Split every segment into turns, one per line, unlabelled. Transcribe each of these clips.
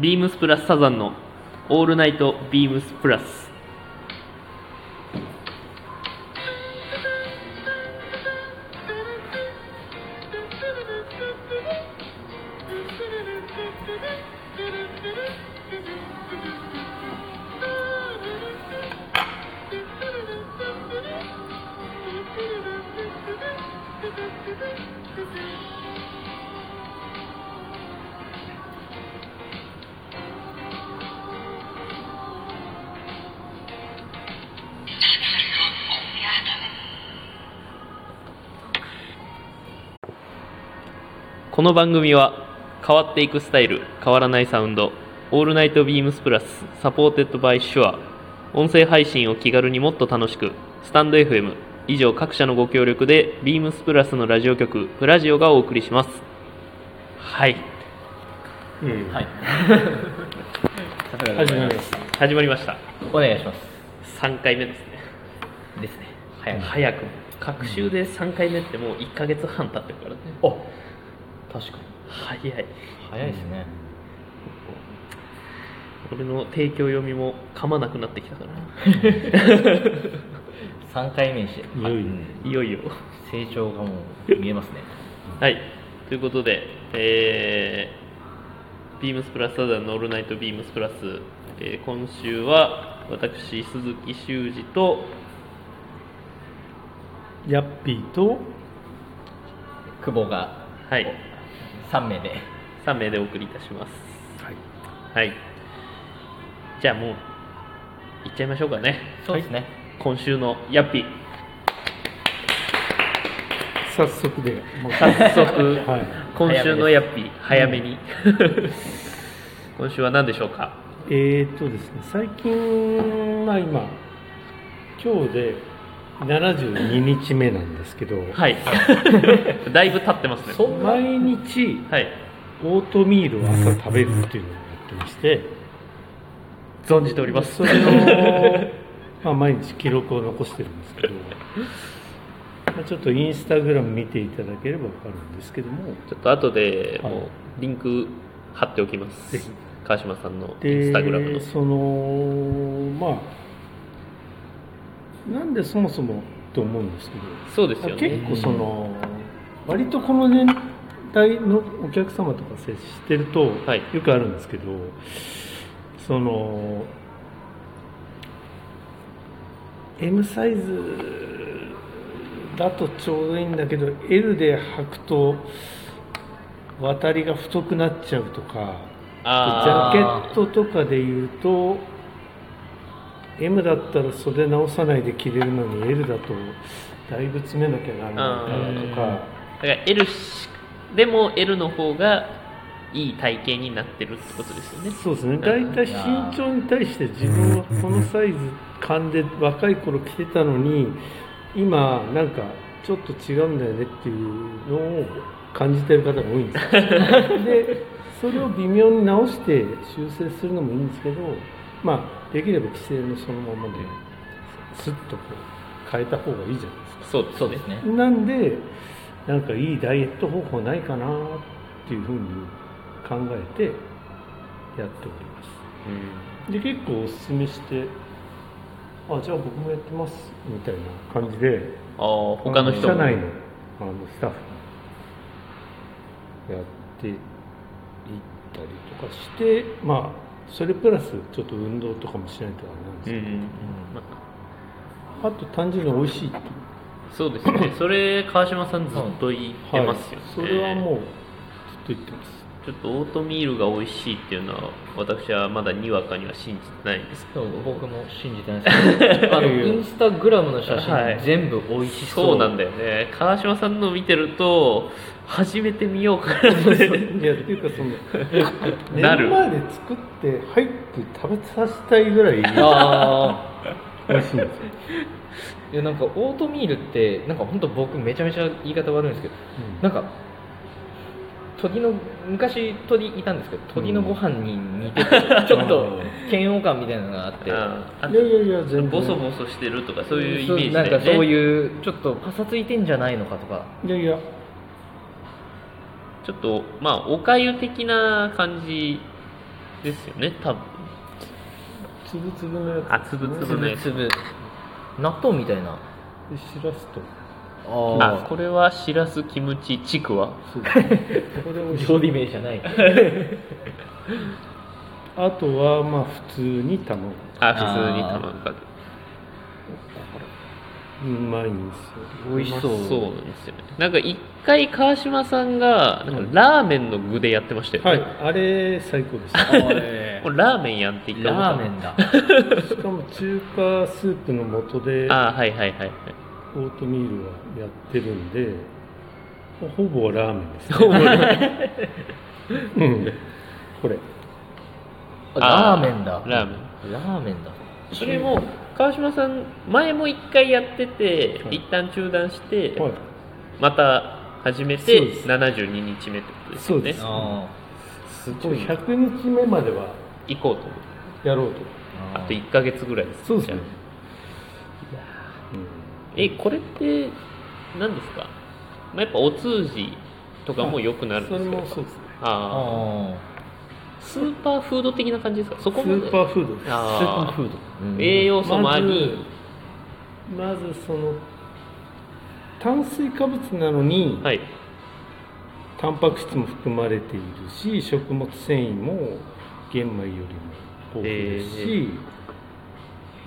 ビームスプラスサザンのオールナイトビームスプラス。この番組は変わっていくスタイル変わらないサウンドオールナイトビームスプラスサポーテッドバイシュア音声配信を気軽にもっと楽しくスタンド FM 以上各社のご協力でビームスプラスのラジオ局プラジオがお送りしますはい
う ん
はい。さすがでご
始
ざい
ま
ま
り
す
まし
始まりました
お願いします。
3回目ですね
ですね。早く。
早くも隔週で3回目ってもう1ヶ月半経ってるからね
お確かに。
早い
早いですね。
俺の提供読みも噛まなくなってきたから
3回目にして、
いよいよ
うん
いよいよ
成長がもう見えますね。
はい、ということで、えービームスプラスサザンのオールナイトビームスプラス、えー今週は私、鈴木修二と、
たヤッピーと
久保が
はい、
3名で。
3名でお送りいたします。
はい
はい、じゃあもう、いっちゃいましょうかね、
そうですね。
今週のヤッピー、
早速でもう
早 速、
はい
今週のヤッピー、早めに。 今週は何でしょうか
えーっとですね最近まあ今今日で72日目なんですけど、
はい。だいぶ経ってますね。
そう
毎日
はい。
オートミールを朝食べるっていうのをやってまして
存じております。
そ れを、 まあ、毎日記録を残してるんです けど、まあ、ちょっとインスタグラム見ていただければわかるんですけども
ちょっと後で
はい
もうリンク貼っておきます。
ぜひ
川島さんのイ
で
ンスタグラムの。
そのまあなんでそもそもと思うんですけ
そうです
ど、
よ
結
ね。
構その割とこの年代のお客様とか接してると、
はい
よくあるんですけどその M サイズだとちょうどいいんだけど L で履くと渡りが太くなっちゃうとかジャ
あ
ケ
ー
ットとかで言うと M だったら袖直さないで着れるのに L だとだいぶ詰めなきゃならないからとか
だから L しでも L の方がいい体型になってるってことですよね。
そうですね大体身長に対して自分はこのサイズ感で若い頃着てたのに今なんかちょっと違うんだよねっていうのを感じてる方が多いんですよでそれを微妙に直して修正するのもいいんですけどまあできれば規制のそのままでスッとこう変えた方がいいじゃないですか
そうです
そう
ね
ですね。
なんでなんかいいダイエット方法ないかなっていうふうに考えてやっておりますで結構おすすめしてあじゃあ僕もやってますみたいな感じで
あー他の人
社
も。
内のあのスタッフにやっていったりとかしてまあそれプラスちょっと運動とかもしないとあれなんで
うんうん
すけ
うんま
ど、あと単純に美味しいってい
あ
う
そうですね。それ川島さんずっと言ってますよね。
それはもうずっと言ってます
ちょっとオートミールが美味しいっていうのは私はまだにわかには信じてないんですけ
そ
ど
う僕も信じてないですけどあのインスタグラムの写
はい
真全部美味しそう
そうなんだよね川島さんの見てると始めてみようかなって
いやっていうか その寝
なる
る前で作って入って食べさせたいぐらい
あ
美味しいんですよ、
ーいやなんかオートミールってなんか本当僕めちゃめちゃ言い方悪いんですけどなんか鳥の昔鳥いたんですけど鳥のご飯に似てて、ちょっと嫌悪感みたいなのがあって
ああ
いやいやいや全然
ボソボソしてるとかそういうイメージ
そ
だ
う
よ
なん
ね
かそういうちょっとパサついてんじゃないのかとか
いやいや
ちょっとまあおかゆ的な感じですよね多分
つぶつぶのやつ
あ粒々
つぶつぶ納豆みたいな
でしらすと
あ
あ
これはしらすキムチちくわ
そうここで美味しい
料理名じゃない
あとはまあ普通に頼む
あ普通に頼むか
うまいんですよ
美味しそう
ま
そうなんですよねなんか一回川島さんがなんかラーメンの具でやってましたよね、
はいあれ最高でした
ラ
これラーメンやんって一回思った
ーメンだ
しかも中華スープの素で
ああはいはいはいはい
オートミールはやってるんでほぼラーメンです、ね、
ほぼラ
うんこれ
ラーメンだ
ラーメ
ンラーメンだ
それも川島さん前も一回やってて、
はい
一旦中断して、
はい
また始め
そう
て
です
72日目ってことですよ
そう
ね
です
あ
すごい100日目までは
行こうと思う
やろうと
あ
あ
と1か月ぐらいです
そうですね
じゃあえこれって何ですか、まあ、やっぱお通じとかも良くなるん
そ
で
れ
す
も
か
そうですね
あ
あ
あスーパーフード的な感じですかそ
ス
こまで
ーパーフードです
あー
スーパーフード
うん
栄養素もあり、
まずまずその炭水化物なのに、
はい
タンパク質も含まれているし食物繊維も玄米よりも豊富ですし、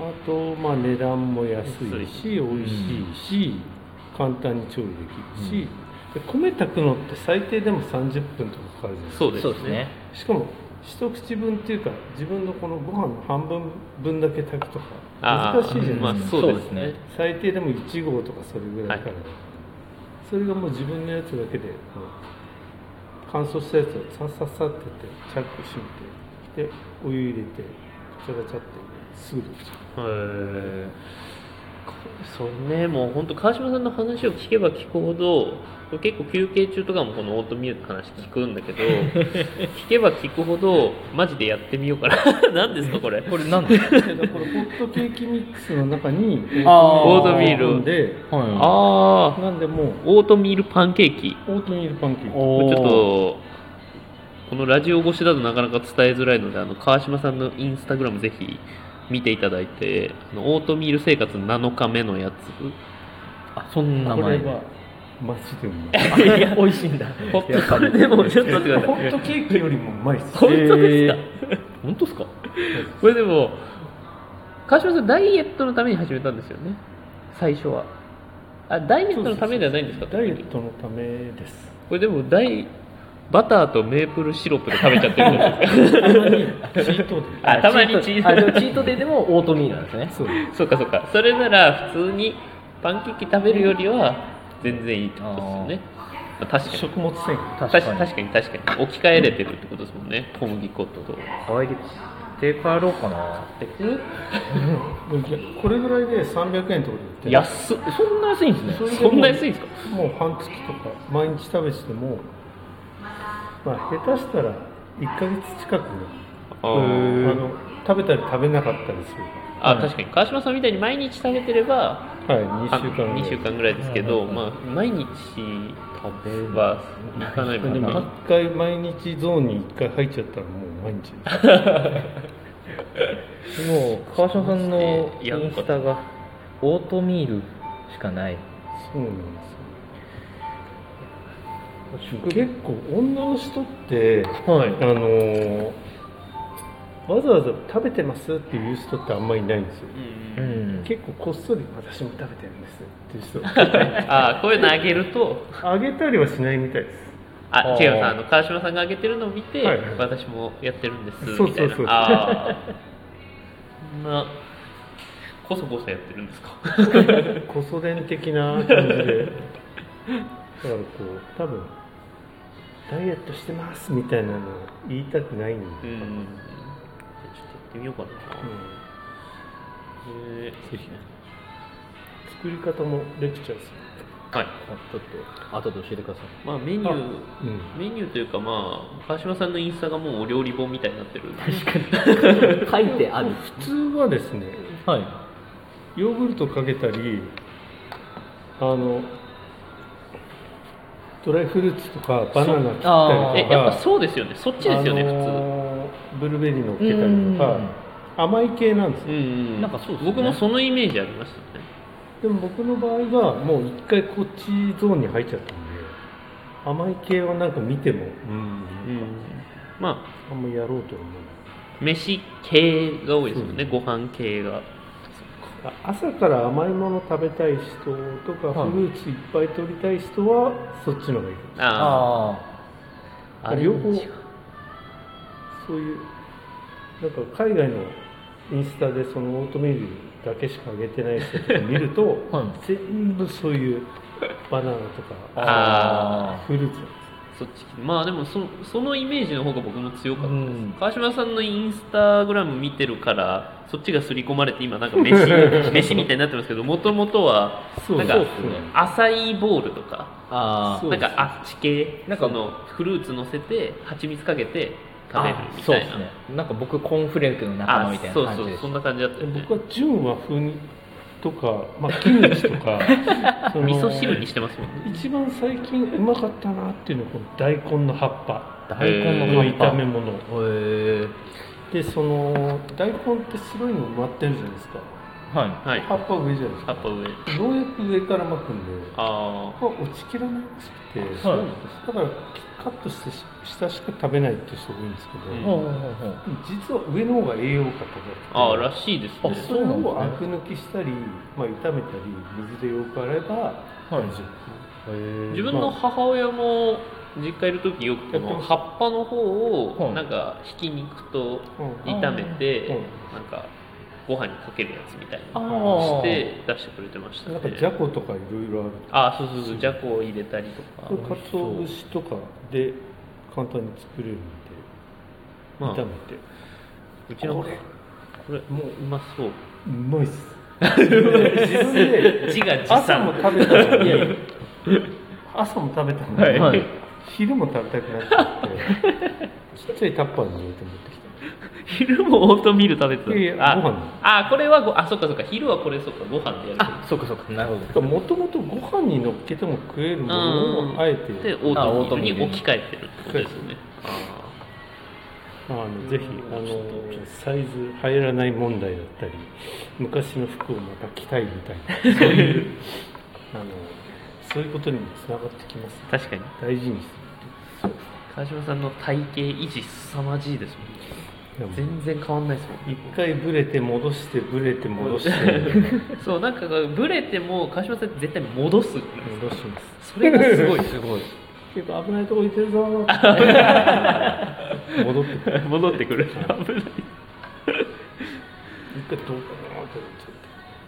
え
あと、まあ、値段も安い
安
し美味しいし、簡単に調理できるし、で米炊くのって最低でも30分とかかかるじゃないですか
そうです
そう
ね
ですね
しかも一口分っていうか自分のこのご飯の半分分だけ炊くとか
ああ
難しいじゃ
まあ
ないですか、
そうですね
そうですね
最低でも1合とかそれぐらいから、
は
それがもう自分のやつだけでもう乾燥したやつをさささってやってチャック閉めてでお湯入れてガチャガチャってすぐできちゃ
へえそうねもう本当川島さんの話を聞けば聞くほどこれ結構休憩中とかもこのオートミールの話聞くん だけど聞けば聞くほどマジでやってみようかな 何ですかこれ
これ なんだ
うでだからホットケーキミックスの中に
あ
ーオートミール
を入れて
は
ああ
なんでもう
オートミールパンケーキ
オートミールパンケーキ
お
これちょっとこのラジオ越しだとなかなか伝えづらいのであの川島さんのインスタグラムぜひ見ていただいてあのオートミール生活7日目のやつ
あそんな
これ
前
はマジでうまい
いや美味しいんだ
ホットでも ちょっと待ってください
トケーキよりもうまいっす
本当ですか、
本当ですか
これでも川島さんダイエットのために始めたんですよね最初はあダイエットのためではないんですか
ダイエッ
こ
トのためです
れでもダイバターとメープルシロップで食べちゃってるじゃないですか
チートで
あたまにチート
あでもチートデーでもオートミールなんですね
そう
そうかそうかそれなら普通にパンケーキ食べるよりは全然いいってことですよねまあ確かに
食物繊維
確かに確かに確かに置き換えれてるってことですもんね小麦粉と
可愛いテープあろうかな
これぐらいで300円とかで売ってる
安っ
そんな安いんです
そ
ね
れでも
そんな安いんですか
もう半月とか毎日食べしてもまあ下手したら1ヶ月近くね
あ
あ
ー
の食べたり食べなかったりす
あ確かに川島さんみたいに毎日食べてれば
るはい2週間ぐらい
2週間ぐらいですけど、まあ、毎日食べはいかない
でも
かな
1回毎日ゾーンに1回入っちゃったらもう毎日
もう川島さんの
い
イ
や
ンスタがオートミールしかない
そうなんですよ結構女の人って
はい
あのーわざわざ食べてますっていう人ってあんまりいないんですよ
う
うんん
結構こっそり私も食べてるんですっていう
あこういうのあげると
人あげたりはしないみたいです
あ
あー
違うさんあの川島さんがあげてるのを見て、
はいはい
私もやってるんです
そう
みたいな
そうそう
ああそんなこそこそやってるんですか
こそ伝的な感じでだからこう多分ダイエットしてますみたいなのを言いたくないんで、
う
うん
んちょっとやってみようかな、えー
作り方もレクチャーする、
はい
あちょっと後で教えてください
まあメニュー
うん
メニューというかまあ川島さんのインスタがもうお料理本みたいになってる
書いてある
普通はですね
はい
ヨーグルトかけたりあのドライフルーツとかバナナ切ったりとか
あー
えやっぱそうですよねそっちですよね、
あのーブルーベリーのっけたりとか甘い系なんですよ
うんうん
なんかそうですね
僕もそのイメージありましたね
でも僕の場合はもう一回こっちゾーンに入っちゃったんで甘い系はなんか見てもうん
ま
あんまやろうとは思う
あ飯系が多いですよね、
うん
ご飯系が
朝から甘いもの食べたい人とか、
はい
フルーツいっぱい取りたい人はそっちの方がいい
あ
あ
あ
あ
アレ
両方
ンジが
そういうなんか海外のインスタでそのオートミールだけしか上げてない人とか見ると、
はい
全部そういうバナナと
あ
か
あ
あ
フルーツ
そっちまあでもそそのイメージの方が僕も強かったです、
うん
川島さんのインスタグラム見てるからそっちが刷り込まれて今なんか 飯飯みたいになってますけどもともとは
そう
なんか
そうっすね
アサイーボールとか
あ
そう
なんかあっち系
なんか
そのフルーツ乗せて蜂蜜かけて食べる
あ
み
そう
たい
です
な
ねなんか僕コーンフレークの仲間みたい
そ
な
う
感じ
そ
で
う
す
そんな感じだったよね
僕は純和風にとか、まあ、キムチとかその
味噌汁にしてますもんね
一番最近うまかったなっていうのはこの大根の葉っぱ
大根
の
の葉っぱ
炒め物
へえ
でその大根って白いの埋まってるじゃないですか
はい
はい
葉っぱ上じゃないで
葉
すか
っぱ上
ようやく上から巻くんで
あ
葉っぱ落ちきらなくて、
そう
なんで
だからカットしてし下しか食べないって人が多いんですけど、
うん
ほうほうほう
実は上の方が栄養価高くて
あああらしいですね
でそれをアク抜きしたり、まあ、炒めたり水でよく洗えば
はい
自分の母親も実家いる時よくこの葉っぱの方
う
を
ん
なんかひき肉と
うん
炒めて
うん
なんかご飯にかけるやつみたい
あ
な
ー
して出してくれてました
なんかじゃ
ね
ことかいろいろある
あそうそうそうじゃこを入れたりとか
これかつお節とかで簡単に作れるんで
まあ
炒めて、
うちのこ
これ
れもううまそう
うまいっす 自分で
字が
朝も食べたのに朝も食べたのに、
はいはい
昼も食べたくなっちゃってちっちゃいタッパーに入れて持ってき
昼もオートミール食べてた
いやいやご飯
ああこれはごあそっかそっか昼はこれそっかご飯でやる
あそうかそうかなるほ
たもともとご飯に乗っけても食えるものをあえて
でオ
あ
ー
オー
ト
ト
ミー
ミ
ルに
ールに
置き換えてるってことですよね
あのぜひあのサイズ入らない問題だったり昔の服をまた着たいみたいなそういうあのそういうことにもつながってきます
確かに
大事にす
川島さんの体型維持凄まじいです
る
もんね全然変わんないですもんね
一回ブレて戻してブレて戻して戻
そうなんかブレても川島さん絶対戻す
します
それがすごいすごい
結構危ないとこ行ってるぞー戻ってくる
戻ってくる危ない
一回ドーンってなっちゃって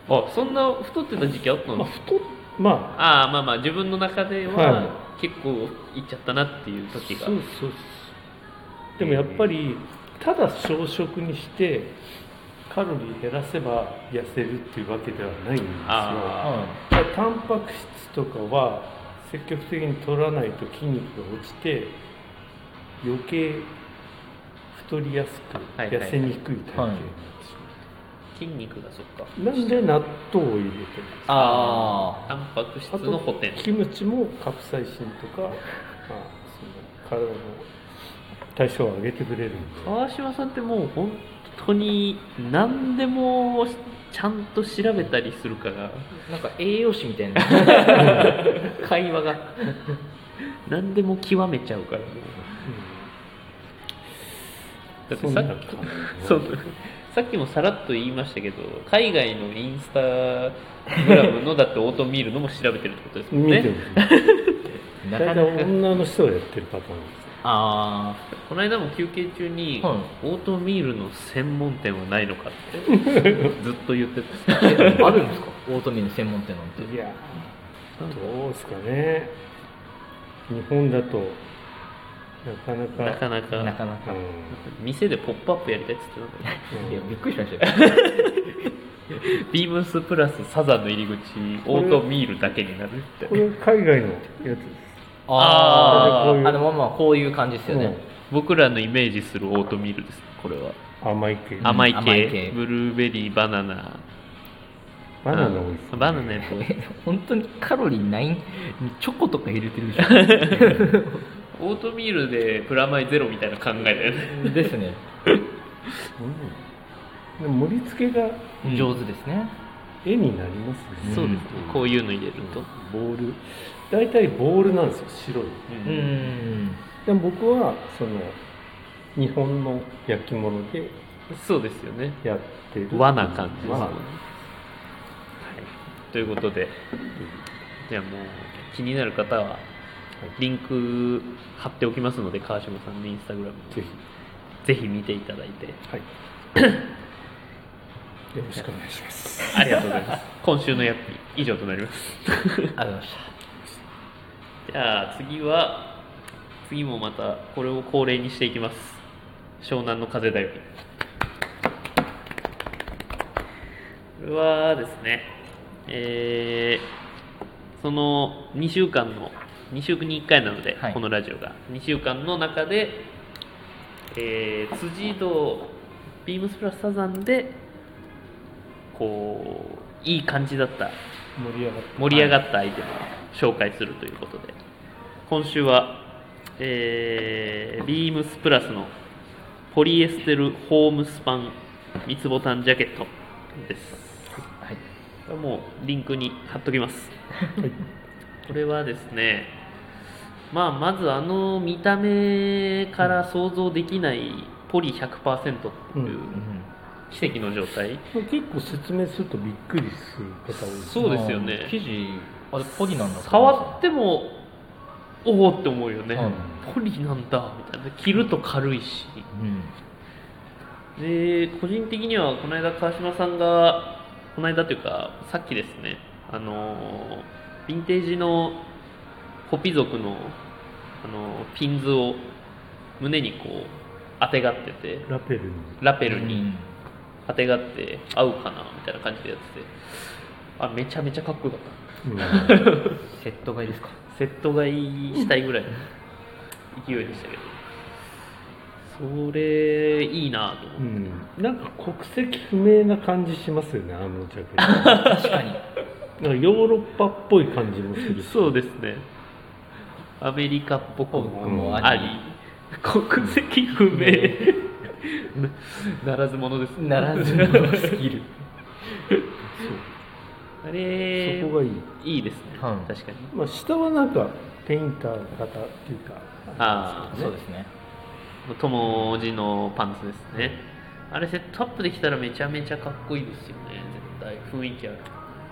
あそんな太ってた時期あった
ま
の
あ太っま
ああまあまあ自分の中で
はい
は結構いっちゃったなっていう
あ
時が
そうそうそうでもやっぱりただ小食にしてカロリー減らせば痩せるっていうわけではないんですよ
あ
ど
だからタンパク質とかは積極的に取らないと筋肉が落ちて余計太りやすく
はいはい
痩せにくい体型なんですよ、
筋肉がそっか
なんで納豆を入れてる
あ
タンパク質
あ
の補
と
填
キムチもカプサイシンとか、まあ、その体の代謝を上げてくれるんで
川島さんってもう本当に何でもちゃんと調べたりするから
あなんか栄養士みた いな会話が
何でも極めちゃうからもうだってさっきそうさっきもさらっと言いましたけど海外のインスタグラムのだってオートミールのも調べてるってことです
う
もん
ん見て
ね
るんです
な
大
かな
体
か
女の人がやってるパターンで
あ
この間も休憩中に、
はい
オートミールの専門店はないのかって ずっと言ってた
あ えあるんですかオートミール専門店なんて
すいやどうですかね日本だとなかなか
なかなか
なかなか
うん
店でポップアップやりたいっつってなかった
うん
いやびっくりしましたよ
ビームスプラスサザンの入り口オートミールだけになるって
これ海外のやつです
あ
ー
あでもまあまあこういう感じですよね
僕らのイメージするオートミールですこれは
うん甘い系
うん
甘い系,、
甘い系
ブルーベリーバナナ
バナナ多いですね
うんバナナやっぱ多い
え本当にカロリーないチョコとか入れてるでし
オートミールでプラマイゼロみたいな考えだよね
ょですね
でも盛り付けが
うん
上手ですね、
絵になりますね、
そうですね、こういうの入れると、
ボール大体ボールなんですよ白い
うん
でも僕はその日本の焼き物で
そうですよね
やってる
和な感じですね、
和
はい
な、
ということでじゃあもう気になる方はリンク貼っておきますので川島さんのインスタグラム
ぜひ
ぜひ見ていただいて
はい よろしくお願いします
ありがとうござい ます今週のヤッピー以上となります
ありがとうございました
じゃあ次は次もまたこれを恒例にしていきます湘南の風だよりこれはですねえーその2週間の2週に1回なので、
はい
このラジオが2週間の中で、えー辻堂ビームスプラスサザンでこういい感じだった
盛り上がって
盛り上がったアイテムを紹介するということで、今週は、えー、ビームスプラスのポリエステルホームスパン三つボタンジャケットです
はい
これもうリンクに貼っときますこれはですねまあまずあの見た目から想像できないポリ100%っていう奇跡の状態、
結構説明するとびっくりする方多いです
そうですよね
生地あれポリなんだ
触ってもおおって思うよね、
うん
ポリなんだみたいな着ると軽いし
うん
で個人的にはこの間川島さんがこの間というかさっきですねあのーヴィンテージのホピ族の、あのーピンズを胸にこうあてがってて
ラペルに
ラペルに、
うん
あてがって合うかなみたいな感じでやっててあめちゃめちゃかっこよかった
セット買いですか
セット買いしたいぐらいの勢いでしたけどそれいいなと思っ
う
て、
ん、なんか国籍不明な感じしますよねあのジャケットなんか
確か に
ヨーロッパっぽい感じもするし
そうですねアメリカっぽくもあり国籍不明 なならず者です
ならずのスキル
あれ
そこがいい、
いいですね、
うん
確かに
まあ、下はなんかペインターの方っていうか
ああ
そうですね
友字のパンツですねあれセットアップできたらめちゃめちゃかっこいいですよね絶対雰囲気ある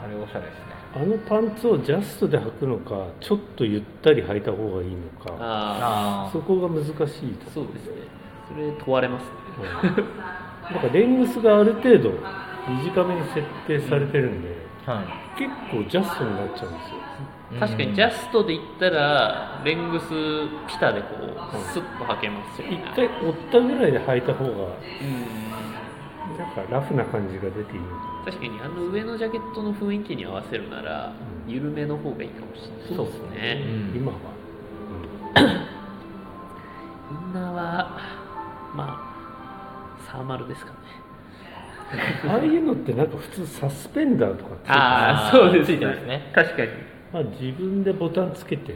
あれおしゃれですね
あのパンツをジャストで履くのかちょっとゆったり履いた方がいいのか
あ
あ
そこが難しいと
あ そうですねそれ問われますね
うんなんかレングスがある程度短めに設定されてるんで、
あは
結構ジャストになっちゃうんですよ
い
確かにジャストで言ったらレングスピタでこ
うん
うスッと履けますよね
一回折ったぐらいで履いた方が
うん
なんかラフな感じが出ていいのか
確かにあの上のジャケットの雰囲気に合わせるなら
うん
緩めの方がいいかもしれない
そうですね
な、
うん
今は、
インナーはまあサーマルですかね
ああいうのってなんか普通サスペンダーとかついて
ああ
あー
そうです
ついてますね
確かに
まあ自分でボタンつけて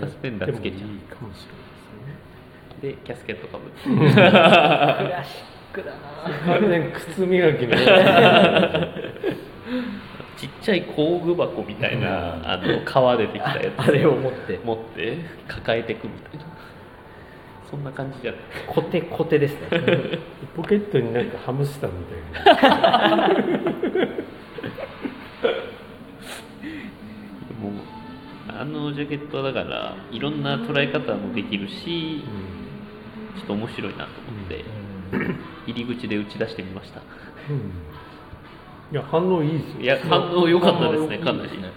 サスペンダーつけちゃう
でもいいかもし
でキャスケットかぶって
クラシックだな
れないですね完全に靴磨き の
ちっちゃい工具箱みたいなあの革でできたやつ
あれを持って
持って抱えてくみたいな そんな感じじゃない
コテコテです ね
ポケットになんかハムスターみたいな
もうあのジャケットはだからいろんな捉え方もできるしちょっと面白いなと思って入り口で打ち出してみました
うん、うんいや反応いいですよ
いや反応良かったですねかなり
いいですね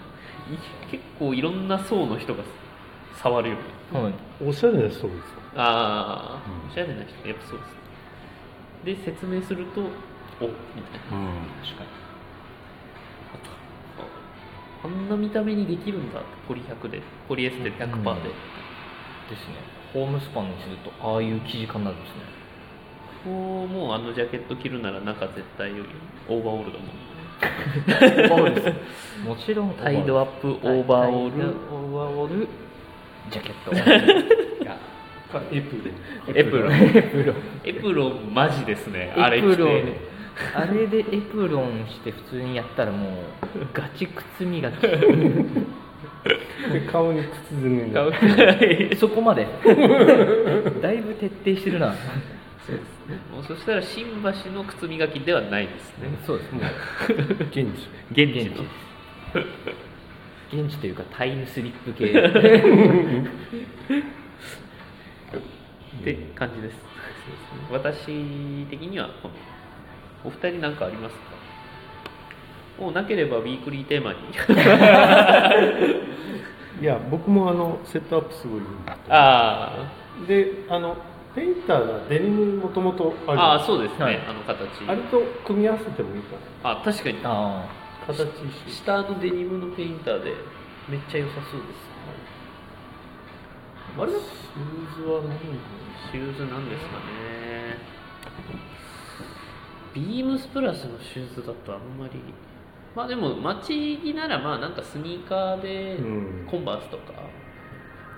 結構いろんな層の人が触るよね
はい
おしゃれな人多いですよ
ああ、
うん
おしゃれな人やっぱそうですねで説明するとおみたいな
確かに
あんな見た目にできるんだポリ100でポリエステル100%で、
ですねホームスパンにするとああいう生地感になるんですね
こうもうあのジャケット着るなら中絶対よりオーバーオールだもん
もちろん
タイドアップオーバーオール
オーバーオールジャケットが
かエプロン
エプロン
エプロン
エプロンマジですね あれ
エプ
着
ロン
て
あれでエプロンして普通にやったらもうガチ靴磨き
で 顔に靴ずめが
そこ までだいぶ徹底してるな
もうそしたら新橋の靴磨きではないですね
そうですもう
現地
現地の
現地というかタイムスリップ系
って感じです私的にはこのお二人何かありますかもうなければウィークリーテーマに
いや僕もあのセットアップすごいいいな
あ
であのペンターがデニムもともと
あ
ある
ああそうですね、
はい
あの形
あれと組み合わせてもいいか
あ確かに
あ
な形一緒
下のデニムのペインターでめっちゃ良さそうです、あれシューズは何シューズなんですかねビームスプラスのシューズだとあんまりまあでも街着ならまあなんかスニーカーで
うん
コンバースとか、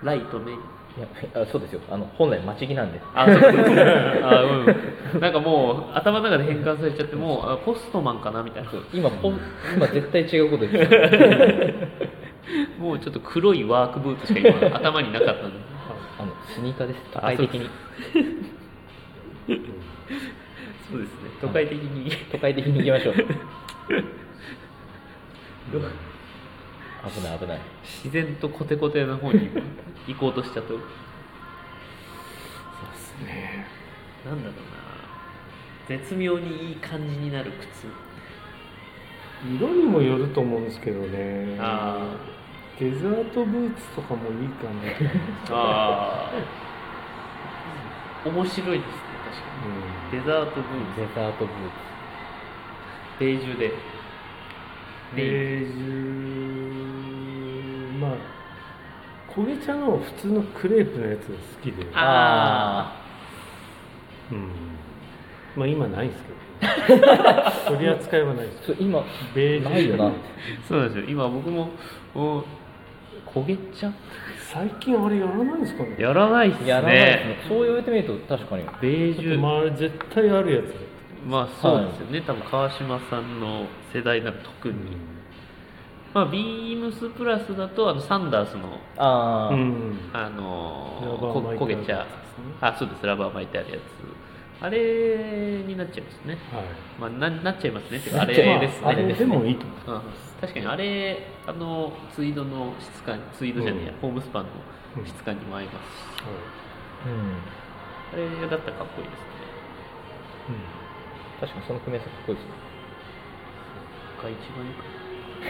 ライトメイン
ーいやあそうですよあの本来待ち着なんで
あ、そうそうそう あ、うん。なんかもう、頭の中で変換されちゃって、もう、あポストマンかなみたいな。
今ポ今絶対違うこと言ってた
もうちょっと黒いワークブーツしか今、頭になかったんで。
あのスニーカーです都会的に
そうですね。都会的に。
都会的に行きま しょう危ない危ない
自然とコテコテの方に行こうとしちゃったそうですねなんだろうな絶妙にいい感じになる靴
色にもよると思うんですけどね
あ
デザートブーツとかもいいか なと思うんです
ーあー面白いですね確かにデザートブーツ
デザートブー
ベージュで
ベージュまあ焦げ茶の普通のクレープのやつが好きで
ツ
あ
うんまあ今ないんですけ ど取り扱いはないです
そう今
ベージュ
ないよな
そうなんですよ今僕もお焦げちゃ
最近あれやらないんですかね
やらないっすね
やらないですねそう言われてみると確かに
ベージュ
まああれ絶対あるやつ
まあそうですよね、多分川島さんの世代なら特に、まあビームスプラスだとあのサンダースの
ああ、
うん
あの
ラ
ー
バー
こ
巻い
焦
てある
げちゃう
やつですね
あそうですラバー巻いてあるやつあれになっちゃいますね
はい
まあななっちゃいますねっていうかあれ
なっちゃい
ですね、
まああれでもいいと思
うん
う
確かにあれあのツイードの質感ツイードじゃねえや、
うん
ホームスパンの質感にも合いますし、
うん、
あれだったらかっこいいですね
確かにその組み合わせかっこいい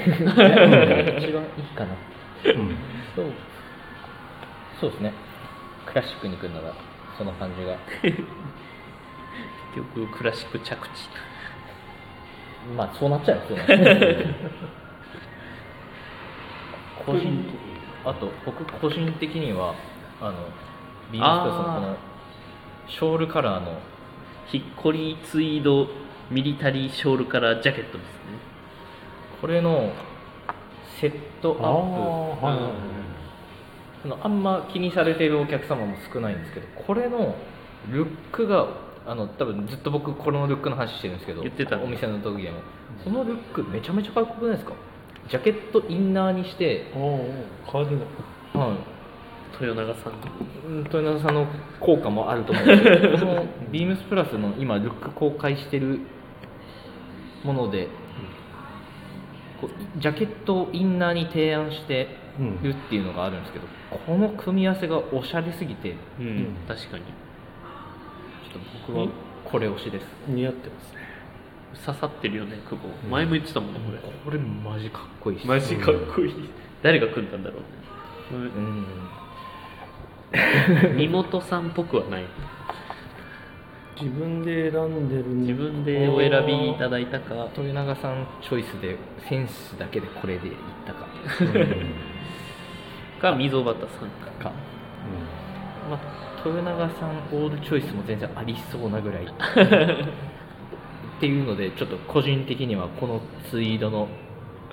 ですね
が一番いいかな
一番いいかな
うんうん
そうそうですねクラシックに来るならその感じが
結局クラシック着地
まあそうなっちゃうよそうなっちゃう個人あと僕個人的にはあのビームスプラスのこ
あ
のショールカラーの
ヒッコリツイードミリタリーショールカラージャケットですね
これのセット
ああ
アップ
はいはいはい
あのあんま気にされているお客様も少ないんですけどこれのルックがあの多分ずっと僕このルックの話してるんですけど
言ってたね
お店の時でもこのルックめちゃめちゃかっこよくないですかジャケットインナーにして、
おうおうカーディ
は
豊永さんの
い、うん豊永さんの効果もあると思うんですけ どこのビームスプラスの今ルック公開してるものでこうジャケットをインナーに提案して
ナン
るっていうのがあるんですけどこの組み合わせがおしゃれすぎて
うん、
ん
確かに
ちょっと僕はこれ推しです。
似合ってますね
刺さってるよね久保、
うん
前も言ってたもんねこれ、
これマジかっこいいっす。
マジかっこいい、誰が組んだんだろうね
うん。
身元さんっぽくはない
自分で選んでる
自分でお選びいただいたか
豊永さんチョイスでセンスだけでこれでいったか。
か溝端さんか
か。 まあ豊永さんオールチョイスも全然ありそうなぐ らい。っていうのでちょっと個人的にはこのツイードの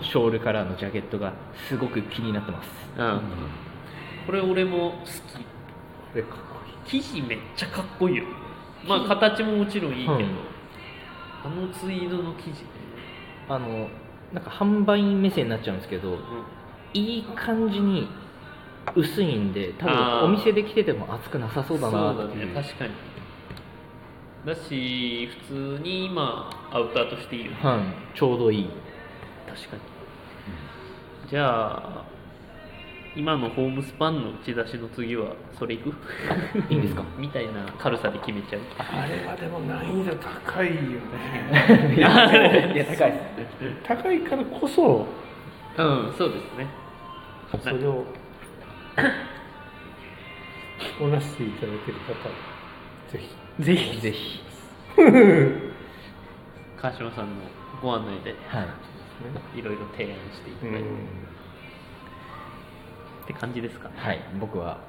ショールカラーのジャケットがすごく気になってます。
うん、これ俺も好き
これかっこい
生
い。
地めっちゃかっこいいよまあ形ももちろんいいけど、
うん
あのツイードの生地ね、
あのなんか販売目線になっちゃうんですけどいい感じに薄いんで多
あー
分お店で着てても熱くなさそうだなっていう
ね確かにだし普通に今アウターとしていいよね
はい、ちょうどいい
確かにじゃあ今のホームスパンの打ち出しの次はそれいく
いいんですか、
みたいな軽さで決めちゃう
あれはでも難易度高いよね
いや高いで
高いからこそ
うんそうですね
それをこなしていただける方ぜひ
ぜひ
すぜひ、
川島さんのご案内で
はい、
いろいろ提案していただいて、って感じですかね
はい、僕は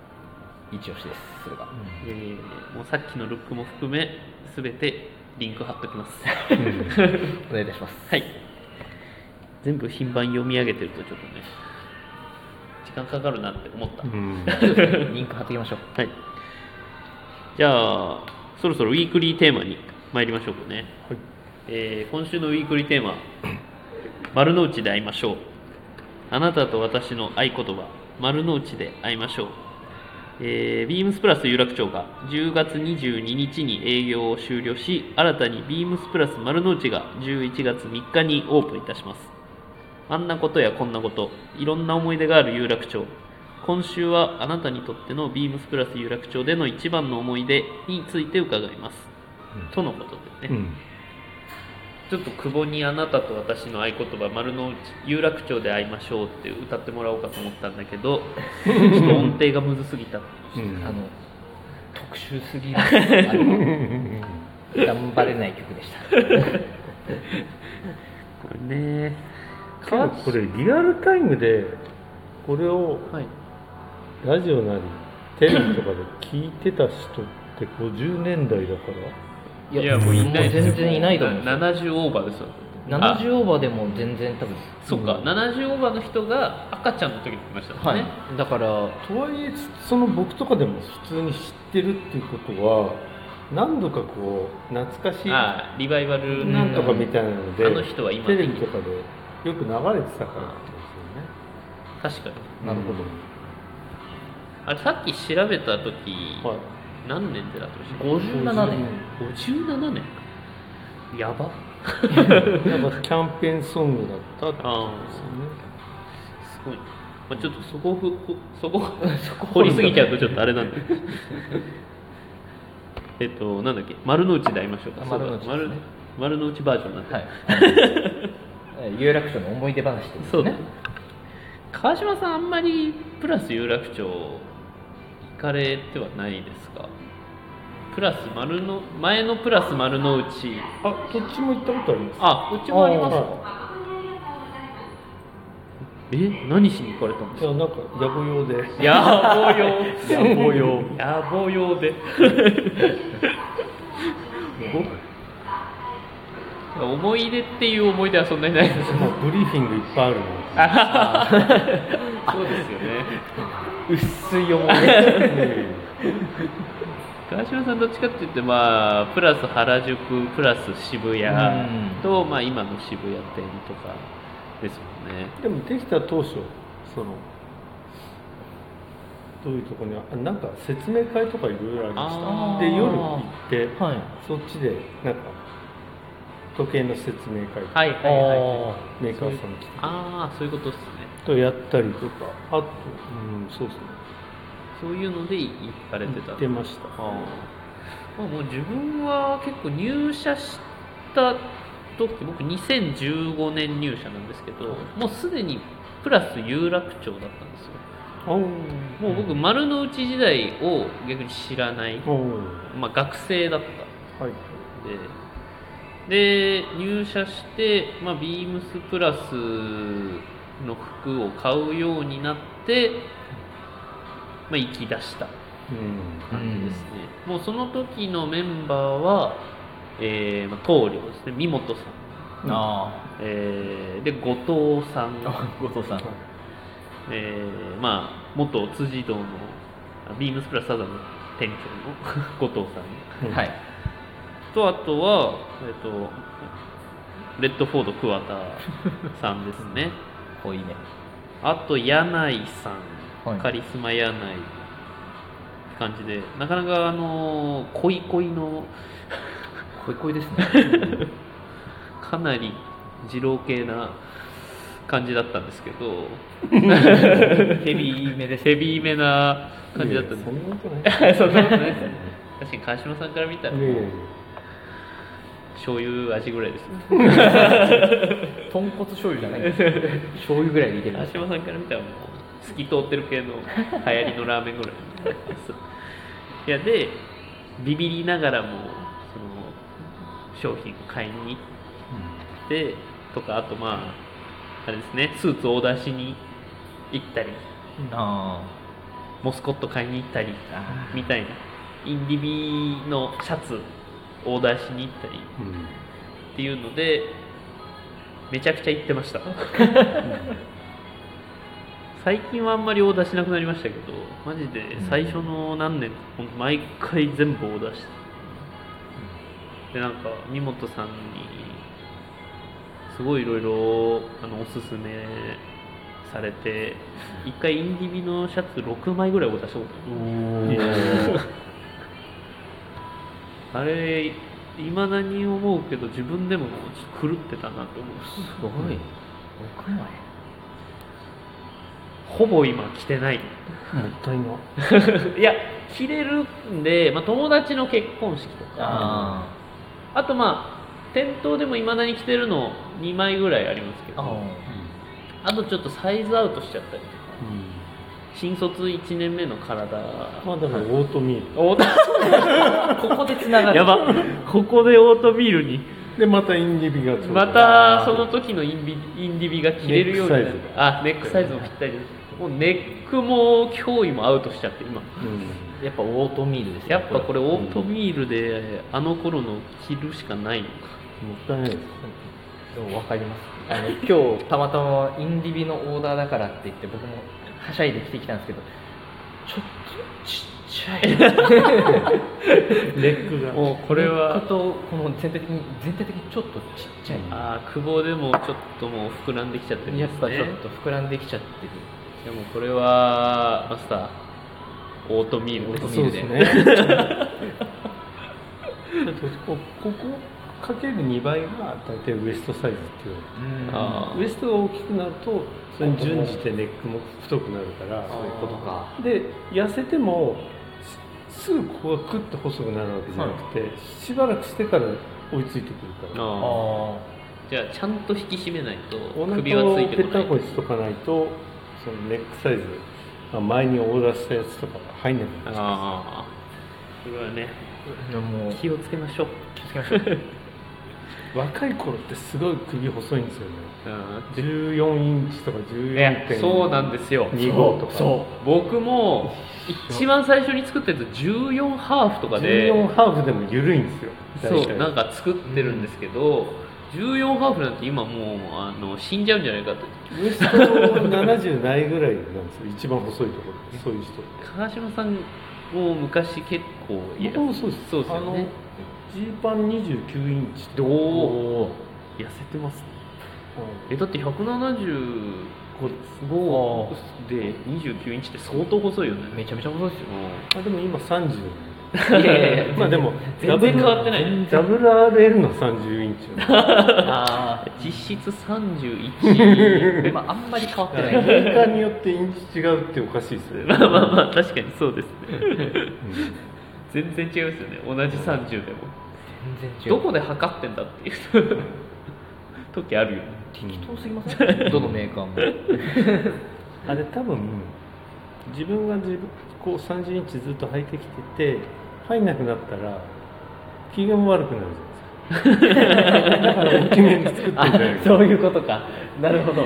一押しですそれが、
えーもうさっきのルックも含め全てリンク貼っときます
お願いいたします
はい全部頻繁に読み上げてるとちょっとね時間かかるなって思った、
うん
リンク貼っておきましょう
はい。じゃあ、そろそろウィークリーテーマに参りましょうかね。えー今週のウィークリーテーマ、丸の内で会いましょう。あなたと私の合言葉、丸の内で会いましょう。えービームスプラス有楽町が10月22日に営業を終了し、新たにビームスプラス丸の内が11月3日にオープンいたします。あんなことやこんなこと、いろんな思い出がある有楽町。今週はあなたにとってのビームスプラス有楽町での一番の思い出について伺います。とのことでね、ちょっと久保にあなたと私の合言葉、丸の内、有楽町で会いましょうって歌ってもらおうかと思ったんだけど、ちょっと音程がむずすぎた。
あの特殊すぎるあの頑張れない曲でした
これね、
けどこれリアルタイムでこれを
はい。
ラジオなりテレビとかで聞いてた人って50年代だから
いやもういないですよ
全然いないと思う
70オーバーですよ。あ
70オーバーでも全然多分
そうか、
ん
70オーバーの人が赤ちゃんの時に来ましたもん
は
ね。
いだから
とはいえその僕とかでも普通に知ってるっていうことは何度かこう懐かしい
ああリバイバル
なんとかみたいなので、
あの人は今
テレビとかでよく流れてたからってことですよね
確かに
なるほど
あれさっき調べた時、
はい
何年でだとした
57年
57年やば
やっぱキャンペーンソングだったってこと
あ
です
あ
よね
すごい、まあ、ちょっとそこふこそこ掘りすぎちゃうとちょっとあれ なんでえっとなんだっけ丸の内で会いましょうか
あ
そうだ
丸の内
丸
ですね
丸の内バージョンなんで、
はい えー有楽町の思い出話ってこと
そうね川島さんあんまりプラス有楽町行かれてはないですかプラス丸の前のプラス丸の内
あどっちも行ったことあります
あこっちもあります
はい
え何しに行かれたんです
いやなんか野暮用で
か 野暮
野暮
用
用
野暮用で思い出っていう思い出はそんなにないです
まあブリーフィングいっぱいあるの
そうですよね
薄い思い出
川島さんどっちかって言ってまあプラス原宿プラス渋谷と、まあ、今の渋谷店とかですもんね
でもできた当初そのどういうとこにあなんか説明会とかいろいろありま
あ
し
ー
たで夜行って
はい
そっちでなんか時計の説明会とか
はいはいはいはい
メーカーさん来て
ああそういうことですね
とやったりとかあとうんそうですね
そういうので行かれてた
行ってました
あーまあもう自分は結構入社した時僕2015年入社なんですけどもうすでにプラス有楽町だったんですよ
おー
もう僕丸の内時代を逆に知らない、
おー
まあ、学生だった
はい
でで入社して、まあ、ビームスプラスの服を買うようになって、まあ、行き出した
うん
感じですね、もうその時のメンバーは、えーまあ、棟梁ですね三本さん、
あ
えーで後藤さん、
あ後藤さん
えーまあ、元辻堂のあビームスプラスサザンの店長の 後藤さん
うん
はい
とあとはえっとレッドフォード桑田さんです ね
濃いめ
あと柳井さん、
はい
カリスマ柳井って感じでなかなかあのー恋恋の
濃い濃いですね
かなり二郎系な感じだったんですけ ど
ヘビーめです
ヘビーめな感じだったん
い
で
やいやそん
す そ
なこと ない
んなことないですね確かに川島さんから見たら
いやいやいや
醤油味ぐらいですね
豚骨醤油じゃないです醤油ぐらいでいけ
川
る
島さんから見たらもう透き通ってる系の流行りのラーメンぐらいそういやでビビりながらもその商品を買いに行ってとかあとまああれですねスーツをオーダーしに行ったり
あ
モスコット買いに行ったり
あ
みたいなインディビのシャツオーダーしに行ったり
うん
っていうのでめちゃくちゃ行ってました最近はあんまりオーダーしなくなりましたけどマジで最初の何年かほんと毎回全部オーダーしてでなんか三本さんにすごいいろいろあのおすすめされて一回インディビのシャツ6枚ぐらいオーダーしたことあるあれいまだに思うけど自分でもちょっと狂ってたなと思う
すごい6枚
ほぼ今着てない
もったいない
や着れるんで、まあ、友達の結婚式とかあ
あ
とまあ店頭でもいまだに着てるの2枚ぐらいありますけ
あ
どあとちょっとサイズアウトしちゃったりとか新卒1年目の体
まあだからオートミール
オー
ここでつなが
ト
る
やばここでオートミールに
でまたインディビがちょうど
またその時のインビインディビが着れるようになる
ネックサイズ
あネックサイズもぴったりですもうネックも脅威もアウトしちゃって今
うん
やっぱオートミールです
やっぱこれオートミールであの頃の着るしかないのか
もったいないです
でも分かりますあの今日たまたまインディビのオーダーだからって言って僕もはしゃいで着てきたんですけどちょっとちっちゃい
ネックが
もうこれ
あ
は
とこの全体的に全体的にちょっとちっちゃい
あー久保でもちょっともう膨らんできちゃってるんで
やっ
す
ぱ
ね
ちょっと膨らんできちゃって
で
る
もこれはマスターオートミールです
オートミール
そうですねこここかける2倍が大体ウエストサイズって言われてる
あー
ウエストが大きくなるとそれに準じてネックも太くなるから
そういうことか
で痩せてもすすぐここがクッと細くなるわけじゃなくて、しばらくしてから追いついてくるから
あ
あ
ーじゃあちゃんと引き締めないと
お
首はつ
腹を
い
ぺ
て
っ
こ
た
なんい
こにしとかないとそのネックサイズまあ前にオーダーしたやつとかが入んなくなっちゃ
ああこれはね
あいやもう
気をつけましょう
気をつけましょう
う若い頃ってすごい首細いんですよね
うん
14インチとか
いや
14.25
そうなんですよ
とか
そ
僕も一番最初に作ったやつ14ハーフとかで
14ハーフでも緩いんですよ
そ
大体
うなんか作ってるんですけど、14ハーフなんて今もうあの死んじゃうんじゃないかと
ウエスト70ないぐらいなんですよ一番細いところでそういう人
川島さんも昔結構いや
僕もそうです
そうですよね
ジーパン29インチ
どう
お
痩せてます
う
えだって175で29インチって相当細いよね
めちゃめちゃ細いですよ
んあでも今30
いやいやいや
まあでも
全然変わってない
ダブル RL の30イン チよ
あ
実質31
ああ んまり変わって
メ
ない
ーカーによってインチ違うっておかしいですよね
ま あまあまあ確かにそうですね全然違いますよね同じ30でも
全然違う
どこで測ってんだっていう 時あるよね
適当すぎませんどのメーカーも
あれ多分自分が自分こう30インチずっと履いてきてて入んなくなったら機嫌悪くなるじ ゃないですかだから大きめに作ってんじゃない ですか
そういうことかなるほど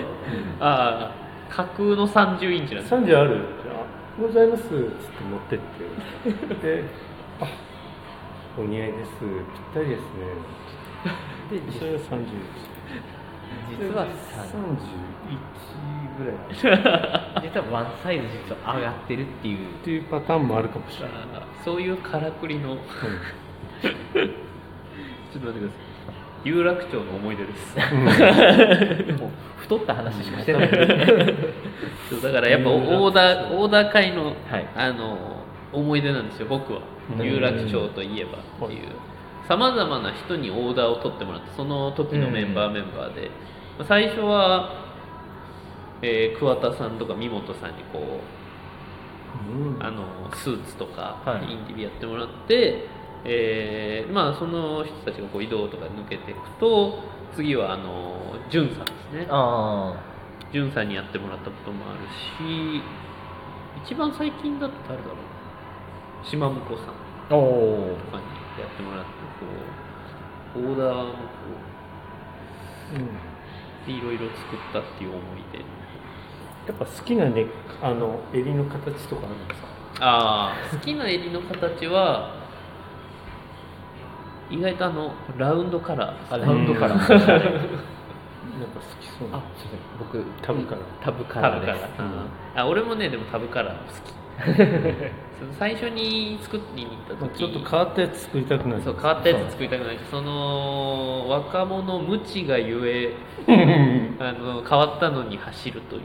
ああ架空の30インチなんです
30あるあございます」っつって持ってってで「あお似合いですぴったりですね」でそれが30です
実は
31ぐらいっ
実はワンサイズ実は上がってるっていう
ていうパターンもあるかもしれない、
あーそういうからくりのちょっと待ってください有楽町の思い出です
もう太った話しかしてないは
そうだからやっぱオーダーオーダー会の、
はい
あの思い出なんですよ僕は
うん
有楽町といえばっていうさまざまな人にオーダーを取ってもらってその時のメンバーメンバーで、まあ最初は、えー桑田さんとか三本さんにこう
うん
あのスーツとか、
はい
インディビやってもらって、えーまあ、その人たちがこう移動とか抜けていくと次はあのジュンさんですね
あ
じゅんさんにやってもらったこともあるし一番最近だと誰だろう島婿さん
あおお
とかにやってもらってこうオーダーもこういろいろ作ったっていう思いで
やっぱ好きなねあの襟の形とかあるんですか
ああ好きな襟の形は意外とあのラウンドカラー
ラウンドカラ
うん
ー
なんか好きそう
あ
な
すいません僕
タブカラー
タブカ
タ
ラ
ブ
ー
カラ
です
ー、あ俺もねでもタブカラー好 きその最初に作りに行った
まあ
時
ちょっと変わったやつ作りたくなる
そう変わったやつ作りたくないその若者無知がゆえ
うん
あの変わったのに走るという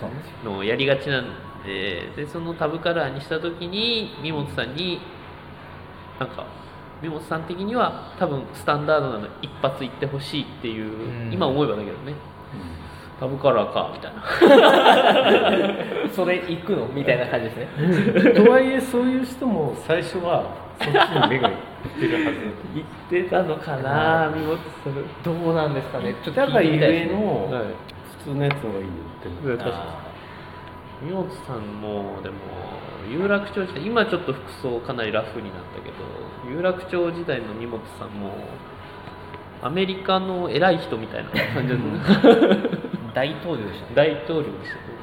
そうなんです
のをやりがちなんででそのタブカラーにした時に三本さんになんか三本さん的には多分スタンダードなの一発いってほしいっていう、
うん
今思えばだけどねタブカラーかみたいな
よそれ行くのみたいな感じですね
とはいえそういう人も最初はそっちに目がいってる はずだと
言ってたのかな三本さん
どうなんですかねちょっと
だから
聞いてみたいで
ゆえ
すね
の、
はい
普通のやつの方がいいよってなる
確かに宮本さんもでも有楽町時代今ちょっと服装かなりラフになったけど有楽町時代の三本さんもアメリカの偉い人みたいな感じで
大統領でしたね
大統領でしたけど、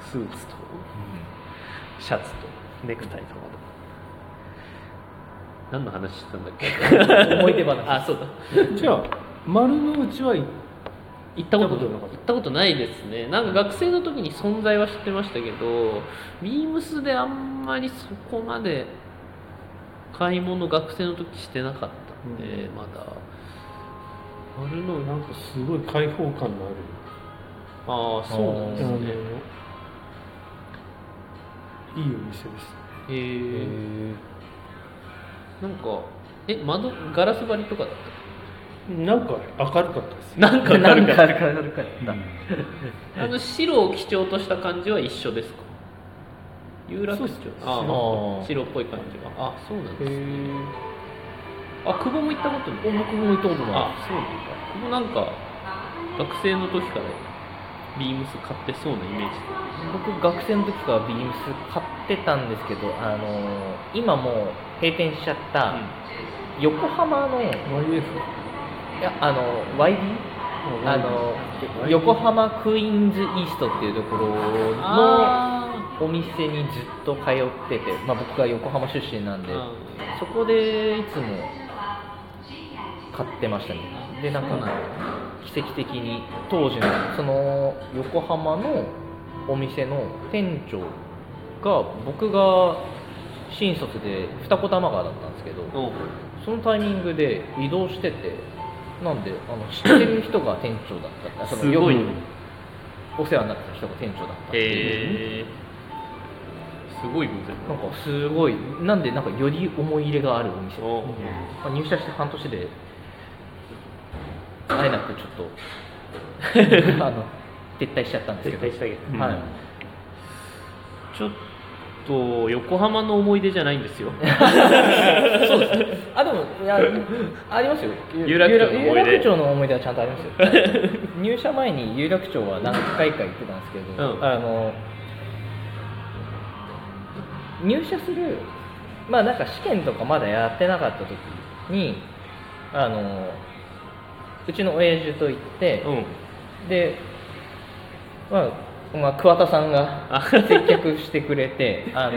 スーツとシャツとネクタイとかで何の話してたんだっけ
思い出話
あそうだ
じゃあ丸の内はい
行ったこと
行ったことな
行
かった
ったことないですねなんか学生の時に存在は知ってましたけどビームスであんまりそこまで買い物学生の時してなかったんで、
うん
まだ丸の
なんかすごい開放感のある
ああそうなんです
あの
ね
いいお店でした
へえなんかえ窓ガラス張りとかだっ
なんか明るかったです
たなんか
な
なんる
か
か
あるからなるから
あの白を基調とした感じは一緒ですか有楽町
そうです
あ
白
あ白っぽい感じはあそうなんですね
え
あ久保も行ったことない
僕も行ったこと
あそうなんだここなんか学生の時からビームス買ってそうなイメージ
僕学生の時からビームス買ってたんですけどあのー今もう閉店しちゃった横浜の、い
YF
やあの YD あの横浜クイーンズイーストっていうところの
あ
お店にずっと通ってて、まあ、僕が横浜出身なんで、
あ
そこでいつも買ってましたねでな
そ
ん
うなん
か
だ
奇跡的に当時のその横浜のお店の店長が僕が新卒で二子玉川だったんですけど
おう
そのタイミングで移動しててなんであの知ってる人が店長だったってその
すごい
よ
ね
くお世話になった人が店長だったっていう
へえすごい偶然
なんかすごいなんでなんかより思い入れがあるお店
おう
まあ入社して半年であえなくちょっ とあの撤退しちゃったんですけど
たけど
はい、
ちょっと横浜の思い出じゃないんですよ
そうですあでもいやありますよ
有楽町の思い出
有楽町の思い出はちゃんとあ りますよ入社前に有楽町は何回か行ってたんですけど、
うん
あの入社するまあなんか試験とかまだやってなかった時にあのうちの親父と行って、
うん
で、まあ、まあ桑田さんが
あ
接 客してくれてあの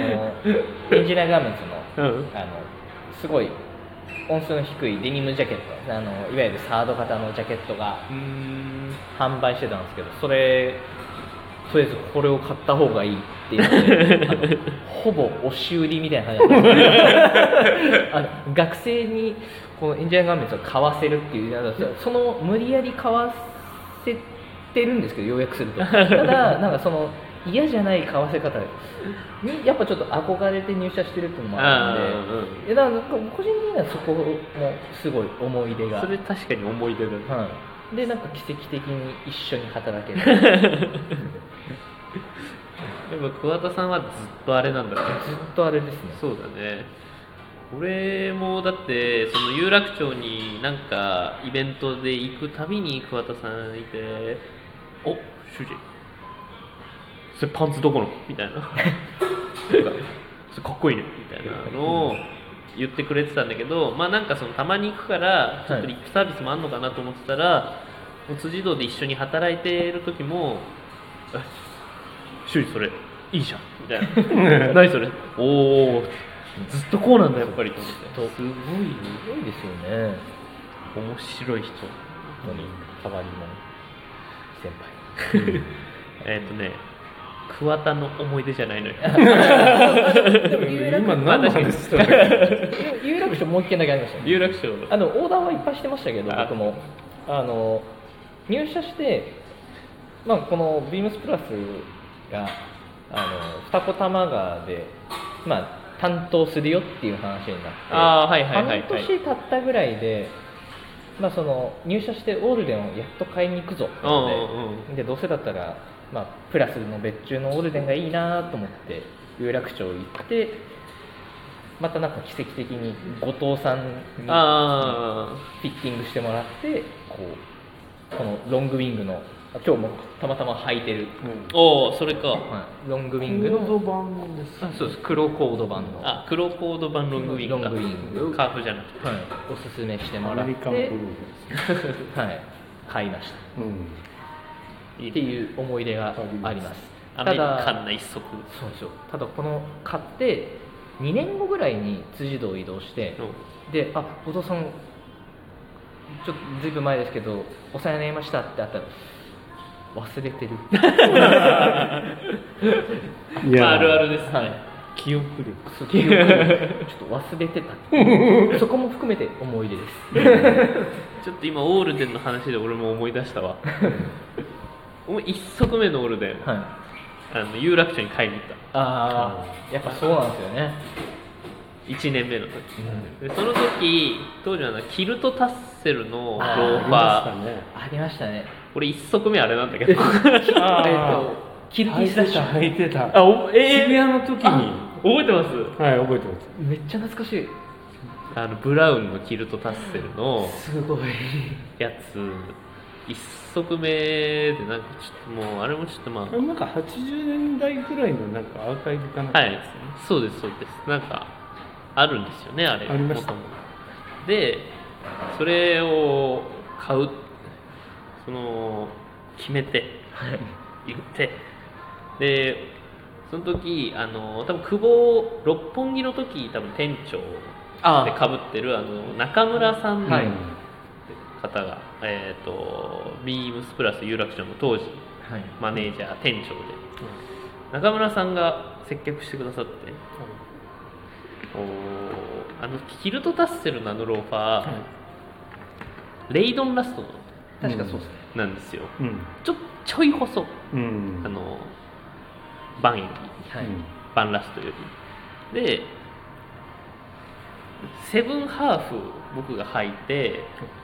エンジニアガーメンツの
うん
あのすごい音数の低いデニムジャケットあのいわゆるサード型のジャケットが
うーん
販売してたんですけどそれとりあえずこれを買った方がいいって言って あのほぼ押し売りみたいな感じなんで すけどあの学生にこのエンジニアガーメンツを買わせるっていうなんかその無理やり買わせてるんですけど要約するとただ なんかその嫌じゃない買わせ方にやっぱちょっと憧れて入社してるっていうのも
あ
あるん
ー
で。いやだからなんか個人的にはそこもすごい思い出
うん
が
それ確かに思い出だね
はい、でなんか奇跡的に一緒に働け る
でも桑田さんはずっとあれなんだね
ずっとあれですね
そうだね俺もだってその有楽町になんかイベントで行くたびに桑田さんいて「お主人それパンツどこの?」み たいな「それかっこいいね」みたいなのを言ってくれてたんだけどまあなんかそのたまに行くからちょっとリップサービスもあんのかなと思ってたら、もう辻堂で一緒に働いてる時も「え主人それいいじゃん」みたいな。 何それおおずっとこうなんだやっぱりと思ってすごい
すごいですよね
面白い人
本当に変わり者先輩
えっ、とね桑田の思い出じゃないのよ
今何の話したんだっけ
有有楽町もう一件だけありました ね
有楽町
あのオーダーはいっぱいしてましたけど
あ
僕もあの入社して、まあ、このビームスプラスがあの二子玉川で、まあ、担当するよっていう話になって
ああはいはいはいは
半
い
年経ったぐらいで、まあ、その入社してオールデンをやっと買いに行くぞって
うんう
こ
ん
とででどうせだったら、まあ、プラスの別注のオールデンがいいなと思って有楽町行ってまたなんか奇跡的に後藤さん
う
に
んあ
ピッキングしてもらってこうこのロングウィングのあ今日もたまたま履いてる、
あおおそれか
はいロングウ
コ
ィング
ード
の
版です
あそうです黒コード版の。
あ黒コード版ロングウィングか
ロングウィング
カーフじゃなくて
はい、おすすめしても
ア
らっ
メ
て
リカンブルーです
はい、買いました
うん
いい
っていう思い出があ
あ
り
り
ま
ますす
アメリカ
た
ン
だ
な一足
そうですよただこの買って2年後ぐらいに辻堂移動して、で「あ後藤さんちょっとずいぶん前ですけどお世話になりました」ってあったら「忘れてる」
い
まあ、あるあるですね、
はい
記憶力
そう記憶力ちょっと忘れてたそこも含めて思い出です
ちょっと今オールデンの話で俺も思い出した わお前一足目のオールデン、
はい
あの有楽町に買いに行った
ああやっぱそうなんですよね、
1年目の時
うん
でその時当時はなキルトタッセルのロ
あ
あ
ー
り
フ
ま
ァー
したね
ありましたね
俺一足目あれなんだけ ど
あー
えっとキルティスラッシュ
履いてた
あおえー
渋谷の時に
あ覚えてます
はい覚えてます
めっちゃ懐かしい
あのブラウンのキルトタッセルの
すごい
やつ一足目でなんかちょっともうあれもちょっとま
あれなんか80年代ぐらいのなんかアーカイブかなん
あ
か
はい
ですね
そうですそうですなんかあるんですよねあれ
ありました
元々でそれを買うその決めて行ってでその時あの多分久保六本木の時多分店長
あ
でかぶってるあの中村さんの
はい
方が、えっ、とビームスプラス有楽町の当時
はい
マネージャー店長で中村さんが接客してくださっておーあのキルトタッセルのあのローファー、レイドンラスト
確かそうですね、
なんですよ
うん
ちょちょい細
うん
あのバンより
はい、
バンラストよりでセブンハーフ僕が履いて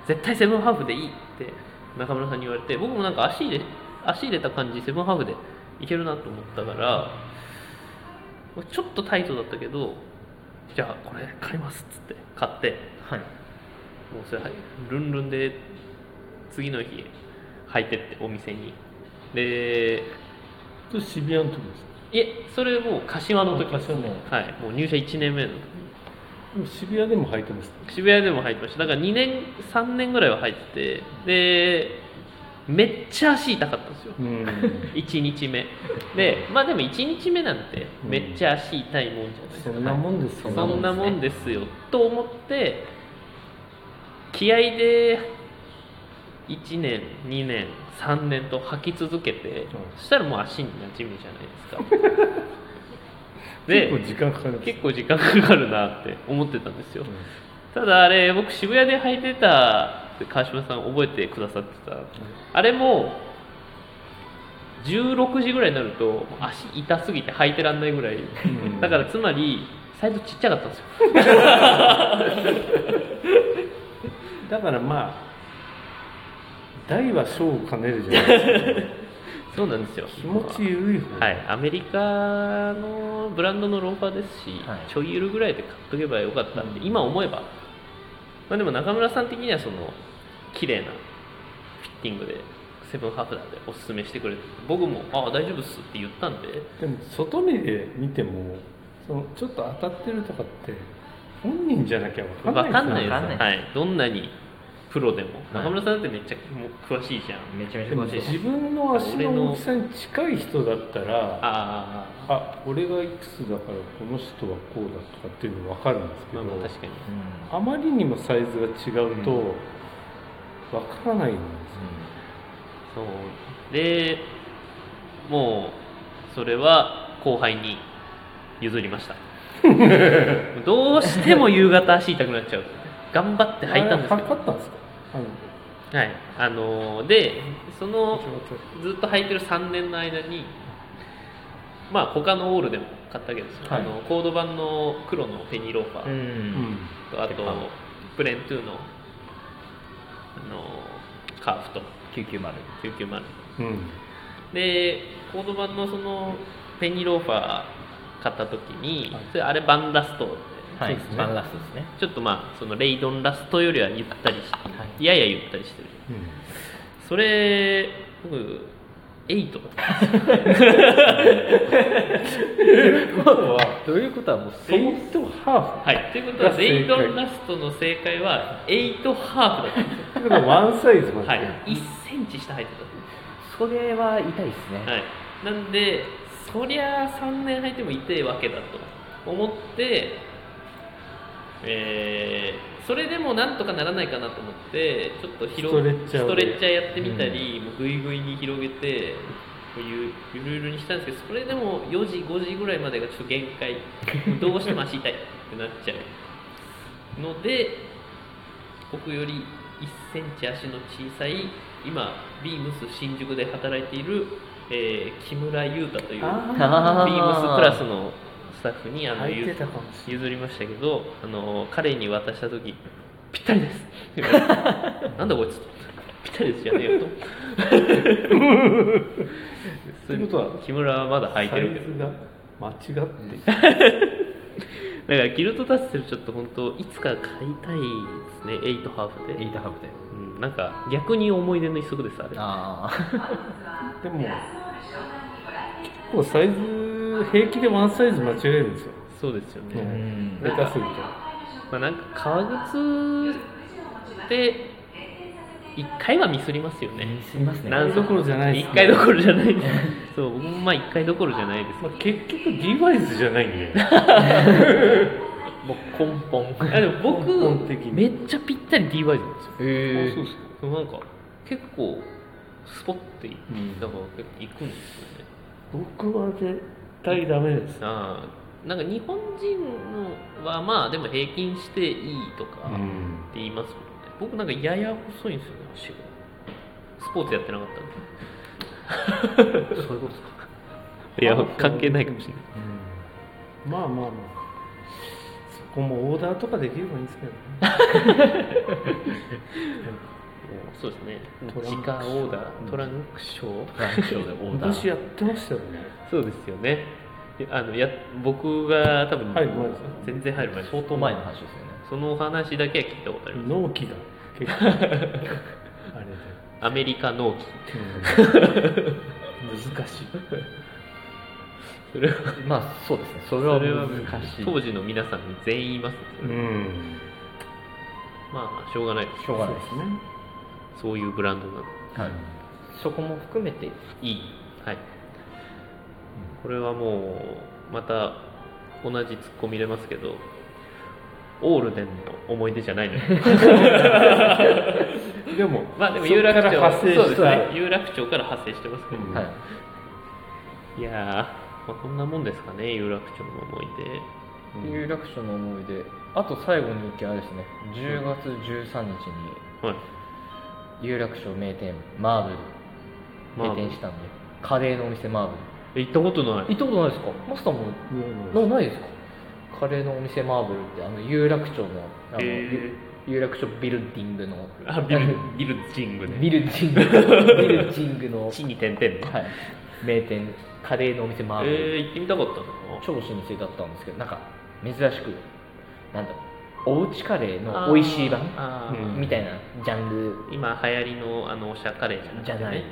絶対セブンハーフでいいって中村さんに言われて僕もなんか足入れ足入れた感じセブンハーフでいけるなと思ったからちょっとタイトだったけどじゃあこれ買いますっつって買って
はい
もうそれはいルンルンで次の日履いてってお店にで
と渋谷の時です
いえそれもう柏の時です
昔はね
はいもう入社1年目の時
でも渋谷でも履いてまし
渋谷でも入ってましただから2年3年ぐらいは入っててでめっちゃ足痛かったんですよ
たうん
1日目でまあでも1日目なんてめっちゃ足痛いもんじゃないです
そ
か、
んなもんですよ
そんなもんですよと思って気合で1年2年3年と履き続けて、そしたらもう足に馴染むじゃないですか
結
で
構時間かかるんです
結構時間かかるなって思ってたんですよ、
うん
ただあれ僕渋谷で履いてたって川島さん覚えてくださってたあれも16時ぐらいになると足痛すぎて履いてらんないぐらい
うん
だからつまりサイズちっちゃかったんですよ
だからまあ大は小を兼ねるじゃないです
そうなんですよ
か気持ち緩い方
はい、アメリカのブランドのローファーですし、
はい
ちょいゆるぐらいで買っとけばよかったって、今思えば、まあ、でも中村さん的にはその綺麗なフィッティングでセブンハーフなんでおすすめしてくれて僕も「ああ大丈夫っす」って言ったんで
でも外目で見てもそのちょっと当たってるとかって本人じゃなきゃ
分
分かん
か
ない
んないです
わかんない
はい、どんなにプロでも、
はい
中村さんだってめっちゃもう詳しいじゃん
めちゃめち
で
ゃ
も
詳しいです
自分の足の大きさに近い人だったらあ
ああ
俺がいくつだからこの人はこうだとかっていうの分かるんですけ
ま
ど、
あまあ確かに
うん
あまりにもサイズが違うと
うん
分からないんです
そうでもうそれは後輩に譲りま したどうしても夕方足痛くなっちゃう頑張って
よ、
履いたんですけ
測ったんですかあの
どはいあのーでその
ちょっと
ずっと履いてる3年の間にまあ他のオールでも買ったわけですよ、
はい
あのコード版の黒のペニーローファ
う
ー
ん
と、あと
鉄板
プレーントゥーの、あのーカーフと
990
990
うんうん
でコード版のそのペニーローファー買った時に、
はい
それあれバンラストで、
はい
そうですね
バンラストですね
ちょっとまあそのレイドンラストよりはゆったりして、
はい
い、ややゆったりしてるそれ僕8だった
ということはもうそ
エイ
も
トハ
はいということは
が正解
レイドンラストの正解は8ハーフだったんで
ーフだからワンサイズ
す
まで、
はい1センチ下入って
それは痛いですね、
たはいなんでそりゃ3年履いても痛いわけだと思ってえーそれでもなんとかならないかなと思ってちょっと広
ストレッチャー
ス
を
トレッチャーやってみたり、もうグイグイに広げてこういうゆるゆるにしたんですけどそれでも4時5時ぐらいまでがちょっと限界どうしても足痛いってなっちゃうので僕より1センチ足の小さい今ビームス新宿で働いている、えー木村優太というビーム
あー
スプラスのスタッフにあの
履い
ゆ
てたかもしれない
譲りましたけどあの彼に渡した時「ぴったりです」なんだこいつ」ぴったりですじゃねえよと。
ということは
木村はまだ履いてるけ
サイズ
ど
が間違ってる
だからギルトタッセルちょっと本当いつか買いたいですねエイトハーフで、
エイトハーブで
うん、なんか逆に思い出の一足ですあれ
あ
でも結構サイズ平気でワンサイズ間違えるんですよ
そうですよ
あう
ね、
ん
下手すると
まあ、なんか革靴って一回はミスりますよね
すみますね
何足
一回どころじゃないですね
一回どころじゃないそう僕もまあ一回どころじゃないです
まあ、結局デバイスじゃないんで
もう根本
あでも僕
根本的に
めっちゃぴったり DY なんですよ
え
そうっ
そうなんか結構スポッて行
うん
なんか結構行くんですよね
僕は絶対ダメです
ああなんか日本人のはまあでも平均していいとかって
ん
言いますもんね、僕なんかやや細いんですよね足がスポーツやってなかったんでそういうことですかいや関係ないかもしれない
まあまあまあそこもオーダーとかできればいいんですけどね
もうそうですね
トラ
時
ンク
間オーダートランクショー
昔やってましたよね
そうですよね。いやあのや僕が多分
入る前ですね
全然入る前です
相当前の話ですよね
そのお話だけは聞いたことあります。
納期が 結構あれで、
アメリカ納期。
難しい
それは
まあそうですねそれは
それは
難しい
当時の皆さん全員いますね、
うん
まあまあしょうがないです
しょうがないで
そうですね
そういうブランドなの
はいそこも含めて
いいはいこれはもうまた同じツッコミ入れますけどオールデンの思い出じゃないのよ
でも
まあでも有楽町
そっから発生した
そうですね有楽町から発生してますけど、
うん
はい
いやー、まあ、こんなもんですかね有楽町の思い出
有楽町の思い出あと最後に一件あれですね10月13日に
はい
有楽町名店マーブル
マー
閉
ブル
店したんでカレーのお店マーブ
え行ったことない
ル行ったことないですかマスターも
うん
なないですかカレーのお店マーブルってあの有楽町のあの、
え
有楽町ビルディングの
ー、あビルビルジングね
ビルディン グビルディングの、
地に点々ね、
はい、名店カレーのお店マーブル、
えー、行ってみたかったな
超老舗だったんですけどなんか珍しくなんだろうおうちカレーの美味しい版
あーあー
うん
みたいなジャンル
今流行りのあのおしゃカレーじゃなくて
じゃ
ね
ない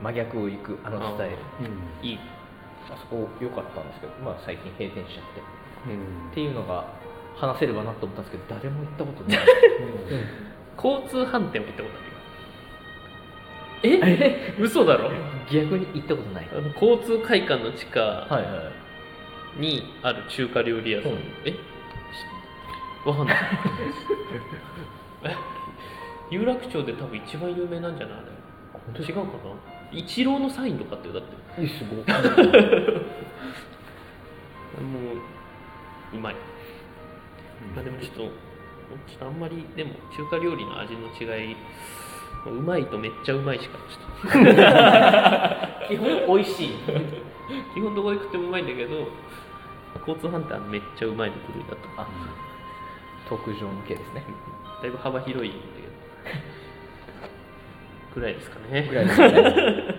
真逆を行くあのスタイル
うん
いい
あそこ良かったんですけど、まあ、最近閉店しちゃってっ
うん
ていうのが話せればなと思ったんですけど誰も行ったことない
交通飯店も行ったことあるよ
え
嘘だろ
逆に行ったことない
あの交通会館の地下
いはい
にある中華料理屋さん、
うん
えしわかんない え有楽町で多分一番有名なんじゃないあ
本
れ違うかな一郎のサインとかってよだって
えすごい
もううまい、まあ、でもちょっとちょっとあんまりでも中華料理の味の違いうまいとめっちゃうまいしかちょっ
基本美味しい
と基本どこで食ってもうまいんだけど交通飯店はめっちゃうまいの部類だと
あ特上向けですね
だいぶ幅広いんだけどぐらいですかね
ぐらいですね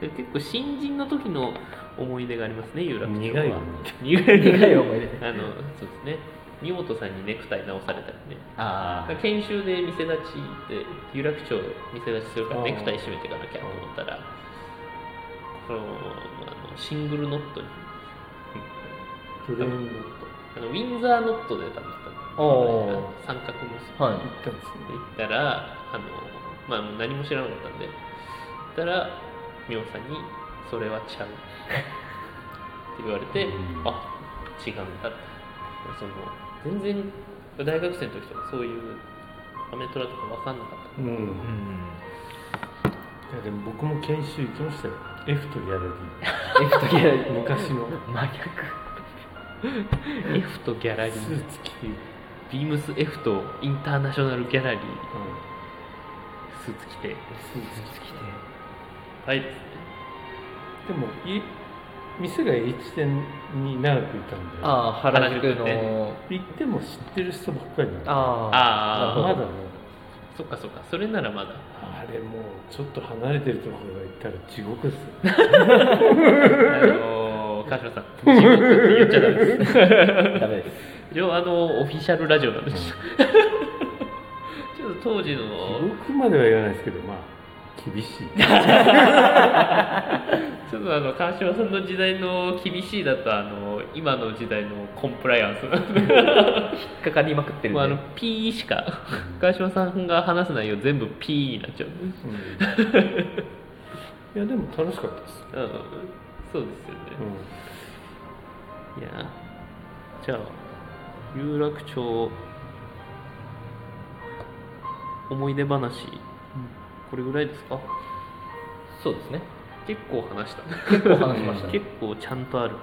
結構新人の時の思い出がありますね有楽町は
苦いよね
苦い
苦い思い出
あのそうですね三本さんにネクタイ直されたりね
あー
研修で店立ちで有楽町店立ちするから
あー
ネクタイ締めていかなきゃと思ったらこのあのシングルノットに
トレーニング
あのウィンザーノットで多分行った
お
の
ー
三角結び
はい
行ったんですね
で行ったらあの、まあ、もう何も知らなかったんで行ったらミオさんに「それはちゃう」って言われて
うん
「あ違うんだ」ってその全然大学生の時とかそういうアメトラとか分かんなかった
うん
うん
いやでも僕も研修行きましたよ F とギャラ リ
えっといや
ー昔の
真逆
F とギャラリ
ス
ー
ーツ着て、うん、
ビームス F とインターナショナルギャラリースーツ着て
スーツ着て
はいですね
でもい店が H 店に長くいたんで
ああ原宿
原宿ね
の
行っても知ってる人ばっかりなの
ああ
ああ
まだね
そっかそっかそれならまだ
あれもうちょっと離れてるところが行ったら地獄ですよ
あのー、川島さん地獄って言っちゃダメです
ダメです
一応あのオフィシャルラジオなんですちょっと当時
地
の
獄までは言わないですけどまあ 厳しい
ちょっとあの川島さんの時代の厳しいだとあの今の時代のコンプライアンス
引っかかりまくってる
もうあの
ね
P しか川島さんが話す内容全部 P になっちゃうんで
うんいやでも楽しかったです、
うんそうですよね、
う
いやじゃあ有楽町思い出話これぐらいですか
そうです ね
結構話した
結構話しましたね
結構ちゃんとある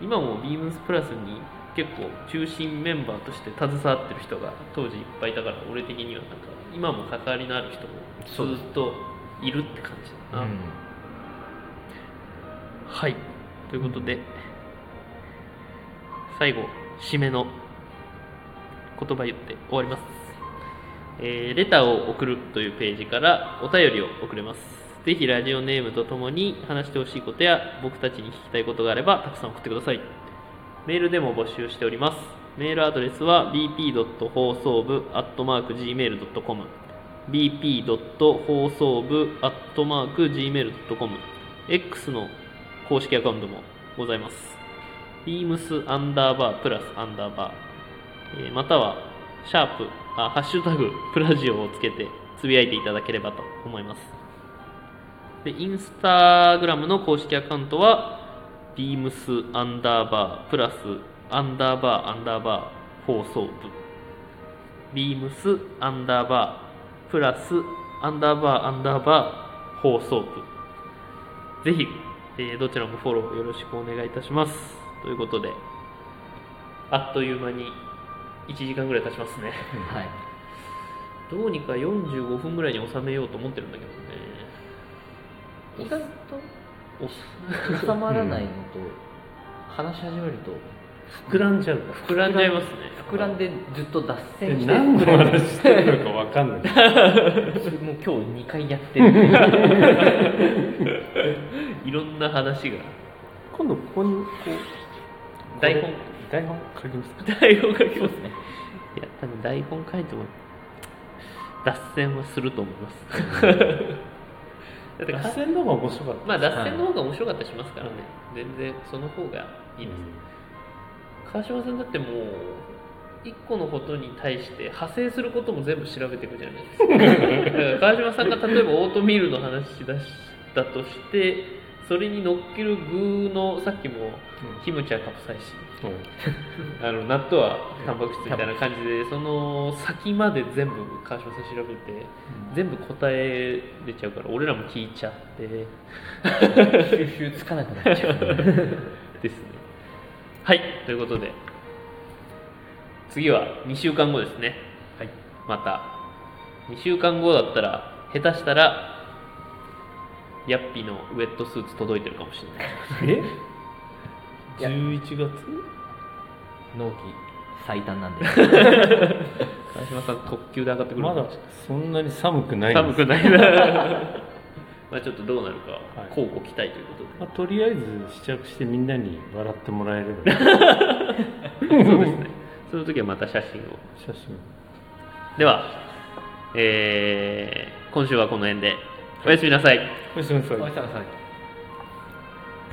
今もビームスプラスに結構中心メンバーとして携わってる人が当時いっぱいいたから俺的にはなんか今も関わりのある人
そう
も
で
ず
す
っといるって感じだな、はいということで最後締めの言葉言って終わります、えーレターを送るというページからお便りを送れますぜひラジオネームとともに話してほしいことや僕たちに聞きたいことがあればたくさん送ってくださいメールでも募集しておりますメールアドレスは bp. 放送部 .gmail.com bp. 放送部 .gmail.com X の公式アカウントもございます beams アンダーバープラスアンダーバー、えーまたはシャープあハッシュタグプラジオをつけてつぶやいていただければと思いますでインスタグラムの公式アカウントは beams アンダーバープラスアンダーバーアンダーバー放送部ビームスアンダーバープラスアンダーバーアンダーバー放送部ぜひ、えーどちらもフォローよろしくお願いいたしますということであっという間に1時間ぐらい経ちますね
はい
どうにか45分ぐらいに収めようと思ってるんだけどね
意外
おす
と収まらないのと、話し始めると
膨らんじゃうか
膨らんじゃいますね
膨らんでずっと脱
ら
線して
何の話してるのかわかんな
も
い
う今日2回やってる
いろんな話が
今度ここにこう
台本
これ台本書きますか
台本書きますねいや多分台本書いても脱線はすると思います だってか
脱線の方が面白かった
まあ脱線の方が面白かったりしますからね、全然その方がいいです、川島さんだってもう一個のことに対して派生することも全部調べていくじゃないですかだ から川島さんが例えばオートミールの話しだしたとしてそれに乗っける具のさっきもキムチはカプサイシン
うん
あの納豆はタンパク質みたいな感じでその先まで全部川島さん調べて全部答え出ちゃうから俺らも聞いちゃって
収集つかなく なっちゃう
ですねはいということで次は2週間後ですね
はい
また2週間後だったら下手したらヤッピーのウェットスーツ届いてるかもしれない
え
いや
11月
納期最短なんで
川島さん特急で上がってくる
まだそんなに寒くないんです
寒くないな まあちょっとどうなるかは
はい
乞うご期待ということで、
まあ、とりあえず試着してみんなに笑ってもらえればい い
そうですね。その時はまた写真を。
写真
では、えー今週はこの辺で、おやすみなさい。
おやすみなさい
さんさん